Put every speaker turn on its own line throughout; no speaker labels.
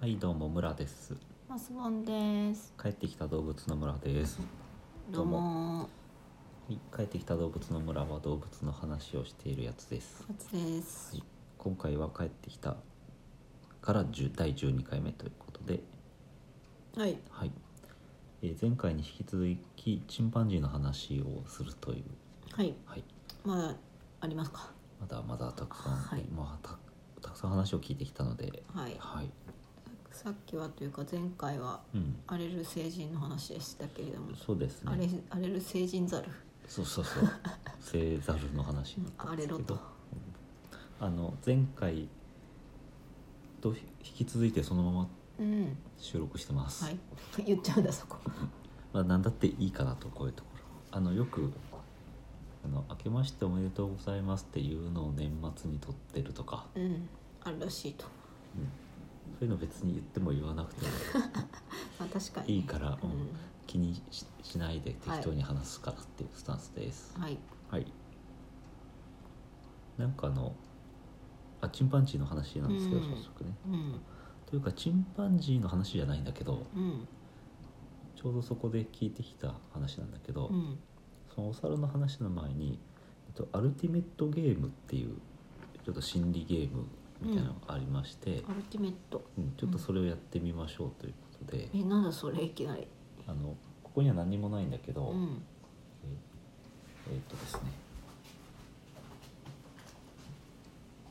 はいどうも村です
マスボンです。
帰ってきた動物の村ですど
ど
う
うも、
はい帰ってきた動物の村は動物の話をしているやつです
カツです。
はい今回は帰ってきたから10第12回目ということで
はい。
はい、えー前回に引き続きチンパンジーの話をするという
はい。
はい
まだありますか。
まだまだたくさん、
はい
まあたたくさん話を聞いてきたので
はい。
はい
さっきはというか前回は
うん
荒れる成人の話でしたけれども、
そうです
荒れ
ね
荒れる成人ザル、
そうそうそう 聖ザルの話
うん荒れろと。
あの前回とひ引き続いてそのまま
うん。
収録してます、
はい。 言っちゃうんだそこ。
まあ、何だっていいかなとこういうところあのよくあの「明けましておめでとうございます」っていうのを年末に撮ってるとか、
うん。あるらしいと。
うんそういうの別に言っても言わなくても
まあ確かに。
いいから、う
うんん。
気にししないで適当に話すからっていうスタンスです
はい。
はい、なんかあのあチンパンジーの話なんですけど
うん
早速ね、
うん。
というかチンパンジーの話じゃないんだけど
うん。
ちょうどそこで聞いてきた話なんだけど、
うん。
そのお猿の話の前にえっとアルティメットゲームっていうちょっと心理ゲームみたいなのがありまして、
アルティメット。
うんちょっとそれをやってみましょうということで、
えなんだそれいきなり。
あのここには何もないんだけど、
うん。
えーえーっとですね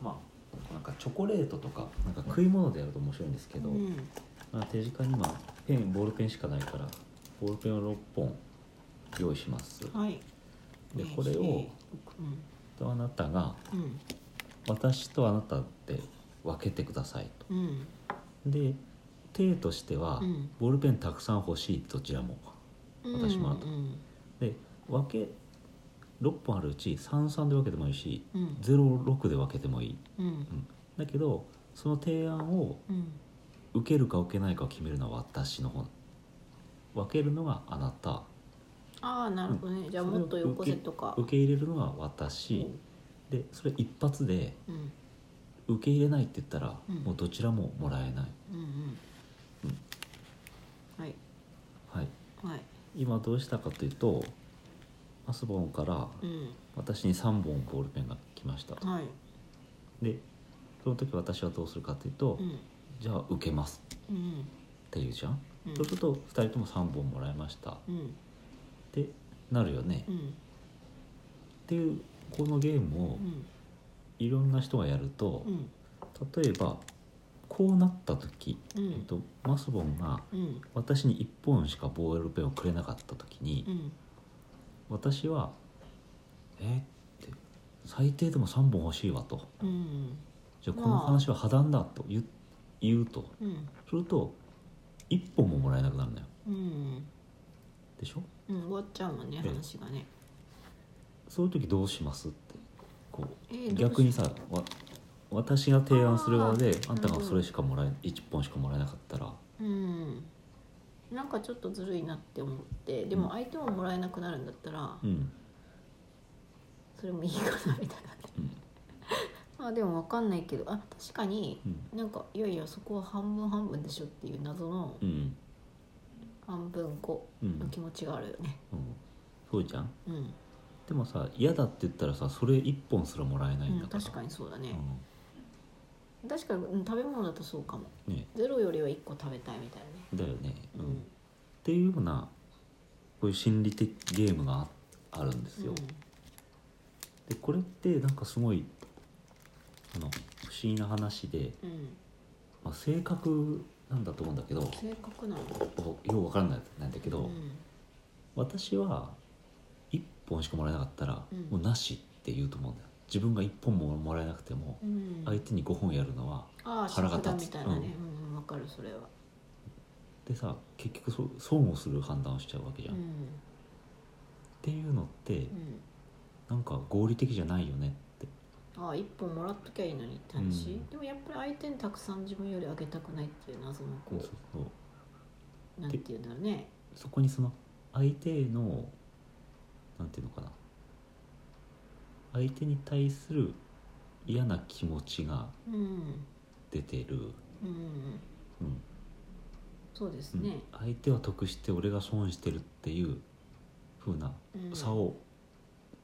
まあなんかチョコレートとかなんか食い物でやると面白いんですけど、
うん。
まあ、手近に今ペンボールペンしかないからボールペンを6本用意します
はい。
で
ね
これを
しうん。
とあなたが
うん。
私とあなたで分けてくださいと
うん。
で手としては、
うん
ボールペンたくさん欲しいどちらも私もあと
うん
で分け6本あるうち33で分けてもいいし
うん
06で分けてもいい、
うん
うん、だけどその提案を
うん
受けるか受けないかを決めるのは私の方分けるのがあなた
ああなるほどね、じゃあもっとよこせとか
受け入れるのは私でそれ一発で
うん
受け入れないって言ったら、
うん
もうどちらももらえない、
うんうんはい
はい、
はい
今どうしたかというとマスボンから
うん
私に3本ボールペンが来ました
はい
でその時私はどうするかというと、
うん
じゃあ受けます
うん
っていうじゃん、
うん
そうすると2人とも3本もらいましたっ
うん
てなるよね、
う
っ
ん
ていうこのゲームを
うん
いろんな人がやると
う、ん
例えばこうなった時、
う
えっ
ん
と、マスボンが
うん
私に1本しかボールペンをくれなかった時に、
うん
私は「えっ?」って最低でも3本欲しいわと
うん
じゃあこの話は破談だと言う言うと
うん
すると1本ももらえなくなるのよ
うん
でしょ
うん終わっちゃうもんね
ええ
話がね
そういう時どうしますってこう
えーどうし
逆にさわ私が提案する側で
あー
あんたがそれしかもらえ1本しかもらえなかったら
うんなんかちょっとずるいなって思ってでも相手ももらえなくなるんだったら
うん
それもいいかなみたいな
うん
まあでも分かんないけどあ確かに
うん
なんかいやいやそこは半分半分でしょっていう謎の
うん
半分こ
うん
の気持ちがあるよね
うんそうじゃん
うん、
でもさ嫌だって言ったらさそれ1本すらもらえないん
う
だ
ん
から、
確かにそうだね、確かにうん食べ物だとそうかも
うんね
ゼロよりは1個食べたいみたい
だよね
なね
うんっていうようなこういう心理的ゲームがああるんですよ、でこれってなんかすごいあの不思議な話で、
うん、うん、
まあ、性格なんだと思うんだけど
正確なの
おようわからないんだけど、
うん
私は1本しかもらえなかったら、
うん
もうなしって言うと思うんだよ自分が1本ももらえなくても、
うん、
相手に5本やるのは
ああ
腹が
腹
立つ
がみたいなねうん、うん、分かるそれは
でさ結局そ損をする判断をしちゃうわけじゃ、
うん
っ
ん
ていうのって
うん
なんか合理的じゃないよねって
ああ1本もらっときゃいいのにって
う
話、
ん
でもやっぱり相手にたくさん自分よりあげたくないっていう謎のこ、
そううそう
なんていうんだろうね
そこにその相手へのなんていうのかな相手に対する嫌な気持ちが
うん
出てる
うん
うん
そうです
うん
ね、
相手は得して俺が損してるっていう風な
うん
差を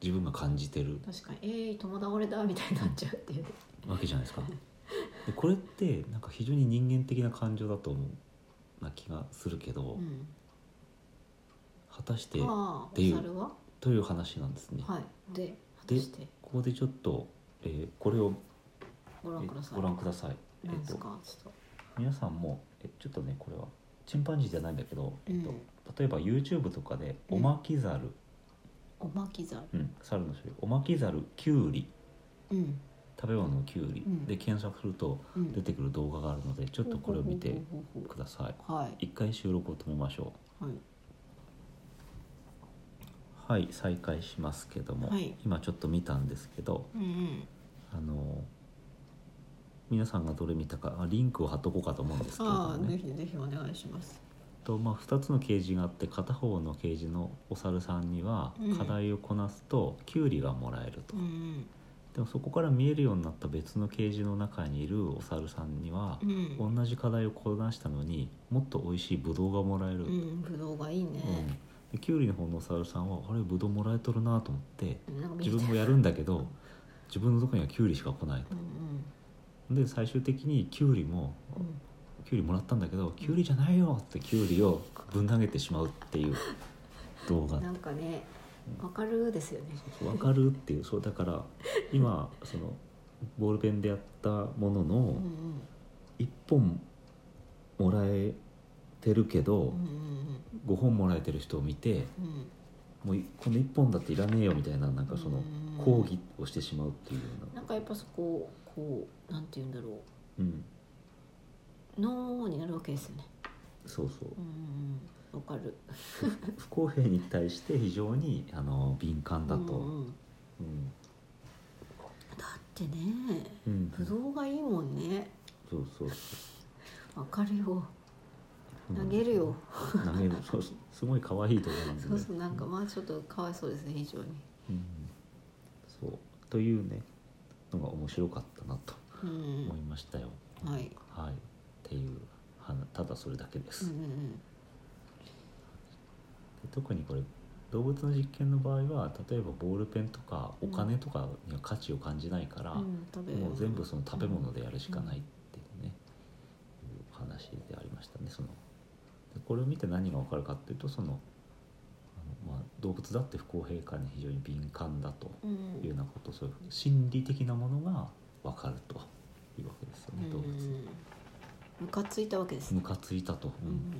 自分が感じてる
確かに「えー、友倒れだ」みたいになっちゃうっていう、
わけじゃないですか。でこれってなんか非常に人間的な感情だと思うな気がするけど、
うん、
果たして
ああ
ってい
お
う
猿は
という話なんですね。
はいで果たして
ここでちょっと、えーこれを
ご
え
覧くださ
ーご
い
覧ください。え
なん
っ
です
と
かちょっ
皆さんもえちょっとねこれはチンパンジーじゃないんだけど、えっと
うん
例えば YouTube とかで
うん
おまきざる、
とおまきざる
うん、猿の種類おまきざるきゅうり
うん
食べ物のきゅうり
うん
で検索すると
うん
出てくる動画があるのでちょっとこれを見てください。
はい
一回収録を止めましょ
はい、
うはい再開しますけども、
はい
今ちょっと見たんですけど
うんうん、
あの皆さんがどれ見たかあリンクを貼っとこうかと思うんですけれど
あ
も
あぜ
ね
ひぜひお願いします
と、まあ、2つのケージがあって片方のケージのお猿さんには
うん
課題をこなすとキュウリがもらえると、
うんうん
でもそこから見えるようになった別のケージの中にいるお猿さんには
う、ん
同じ課題をこなしたのにもっと美味しいブドウがもらえる、
うんぶどうがいいね、
うん、でキュウリの方のお猿さんはあれブドウもらえとるなと思って
なんか見え
自
て
分もやるんだけど自分のとこにはキュウリしか来ない
うんうん
で最終的にキュウリも
うん
キュウリもらったんだけどキュウリじゃないよってキュウリをぶん投げてしまうっていう動画
なんかね、わかるですよね。
わかるっていうそうだから今そのボールペンでやったもの
うん
の1本もらえてるけ
うんう
ど
んうん
5本もらえてる人を見て
うんうん。
もういこの1本だっていらねえよみたいななんかその
うん
抗議をしてしまうっていうような
なんかやっぱそここうなんて言うんだろ
うん
う脳になるわけですよね。
そうそう
うんうんうん。わかる。
不公平に対して非常にあの敏感だ
うん
と、
うんだ
うん
ってね、
うん
ぶどうがいいもんね。
そうそう
わかるよ。
そう
投げるよ。
投げ るそうそうすごい可愛い動画なんで、ね、
そうそうなんかまあちょっとかわいそうですね非常に。
うん、そうというねのが面白かったなと
うんうん
思いましたよ、
はい。
はいっていうはただそれだけで
う
す、
んう
で
んうん。
特にこれ動物の実験の場合は例えばボールペンとかお金とかには価値を感じないから、
うん食べ
もう全部その食べ物でやるしかないっていうね、いう話でありましたねそのでこれを見て何が分かるかっていうとそのあの、まあ、動物だって不公平感に非常に敏感だと
うんう
いうようんなことそういう心理的なものが分かるというわけですよ
う
ね
ん
動物、
ムカついたわけですね
ムカついたと、う
うんん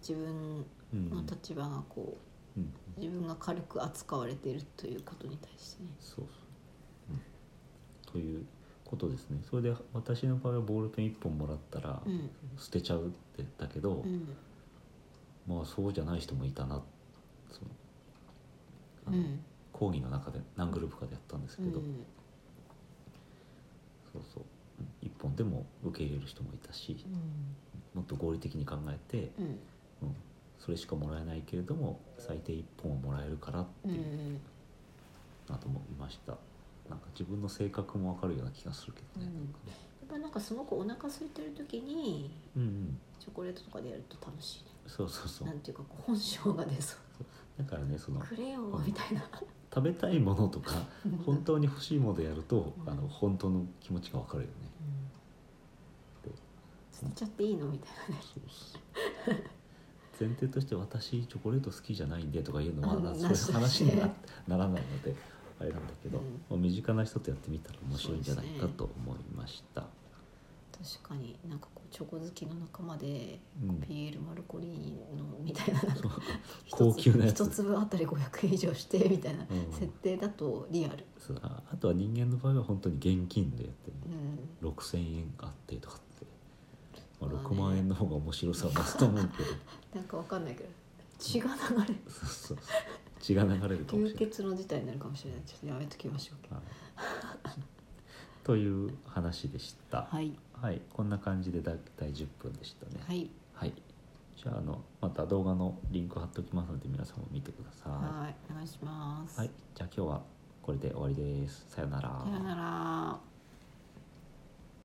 自分
うん
の立場がこ
うん
う自分が軽く扱われているということに対してね
そうそう、うん、ということですねそれで私の場合はボールペン1本もらったら
うん
捨てちゃうってだけど、
うん
まあそうじゃない人もいたなそのあ
う
の、
ん
講義の中で何グループかでやったんですけ
う
ど、
ん
そうそううん一本でも受け入れる人もいたしもっと合理的に考えて、
うん
うん、それしかもらえないけれども最低一本はもらえるからって
うんう
いうんなともいました、なんか自分の性格もわかるような気がするけどね、
うん
なんかね
やっぱなんかすごくお腹空いてる時に
うんうん
チョコレートとかでやると楽しいね
そうそうそう
なんていうかこう本性が出そう
だからねその
くれよみたいな
食べたいものとか
うん
本当に欲しいものでやると、
うん
あの本当の気持ちがわかるよね
捨てちゃっていいのみたいなね
そうっす前提として私チョコレート好きじゃないんでとかいうのは
うん
な
なし
そう
だ
い
し
う話にはならないのであれなんだけど、
うん
まあ身近な人とやってみたら面白いんじゃない
そ
か
うですね
と思いました。
確かになんかこうチョコ好きの仲間で
うん
ピエール・マルコリーニのみたいな
そう 高級なやつ
一粒あたり500円以上してみたいな
うん
設定だとリアル、
そうああとは人間の場合は本当に現金でやってる、
うん、
6,000円あってとかって、まあ、
まあね
6万円の方が面白さは増すと思うけど
なんかわかんないけど血が流れ
そうそうそう血が流れるかもしれ
流
ない。
血の事態になるかもしれないちょっとやめときましょう
はい、という話でした。
はい
はい、こんな感じでだいたい10分でしたね。
はい
はい、じゃああのまた動画のリンク貼っておきますので皆さんも見てくださ
はいお願いしま
い。
す、
はい、じゃあ今日はこれで終わりです。さよう
さよなら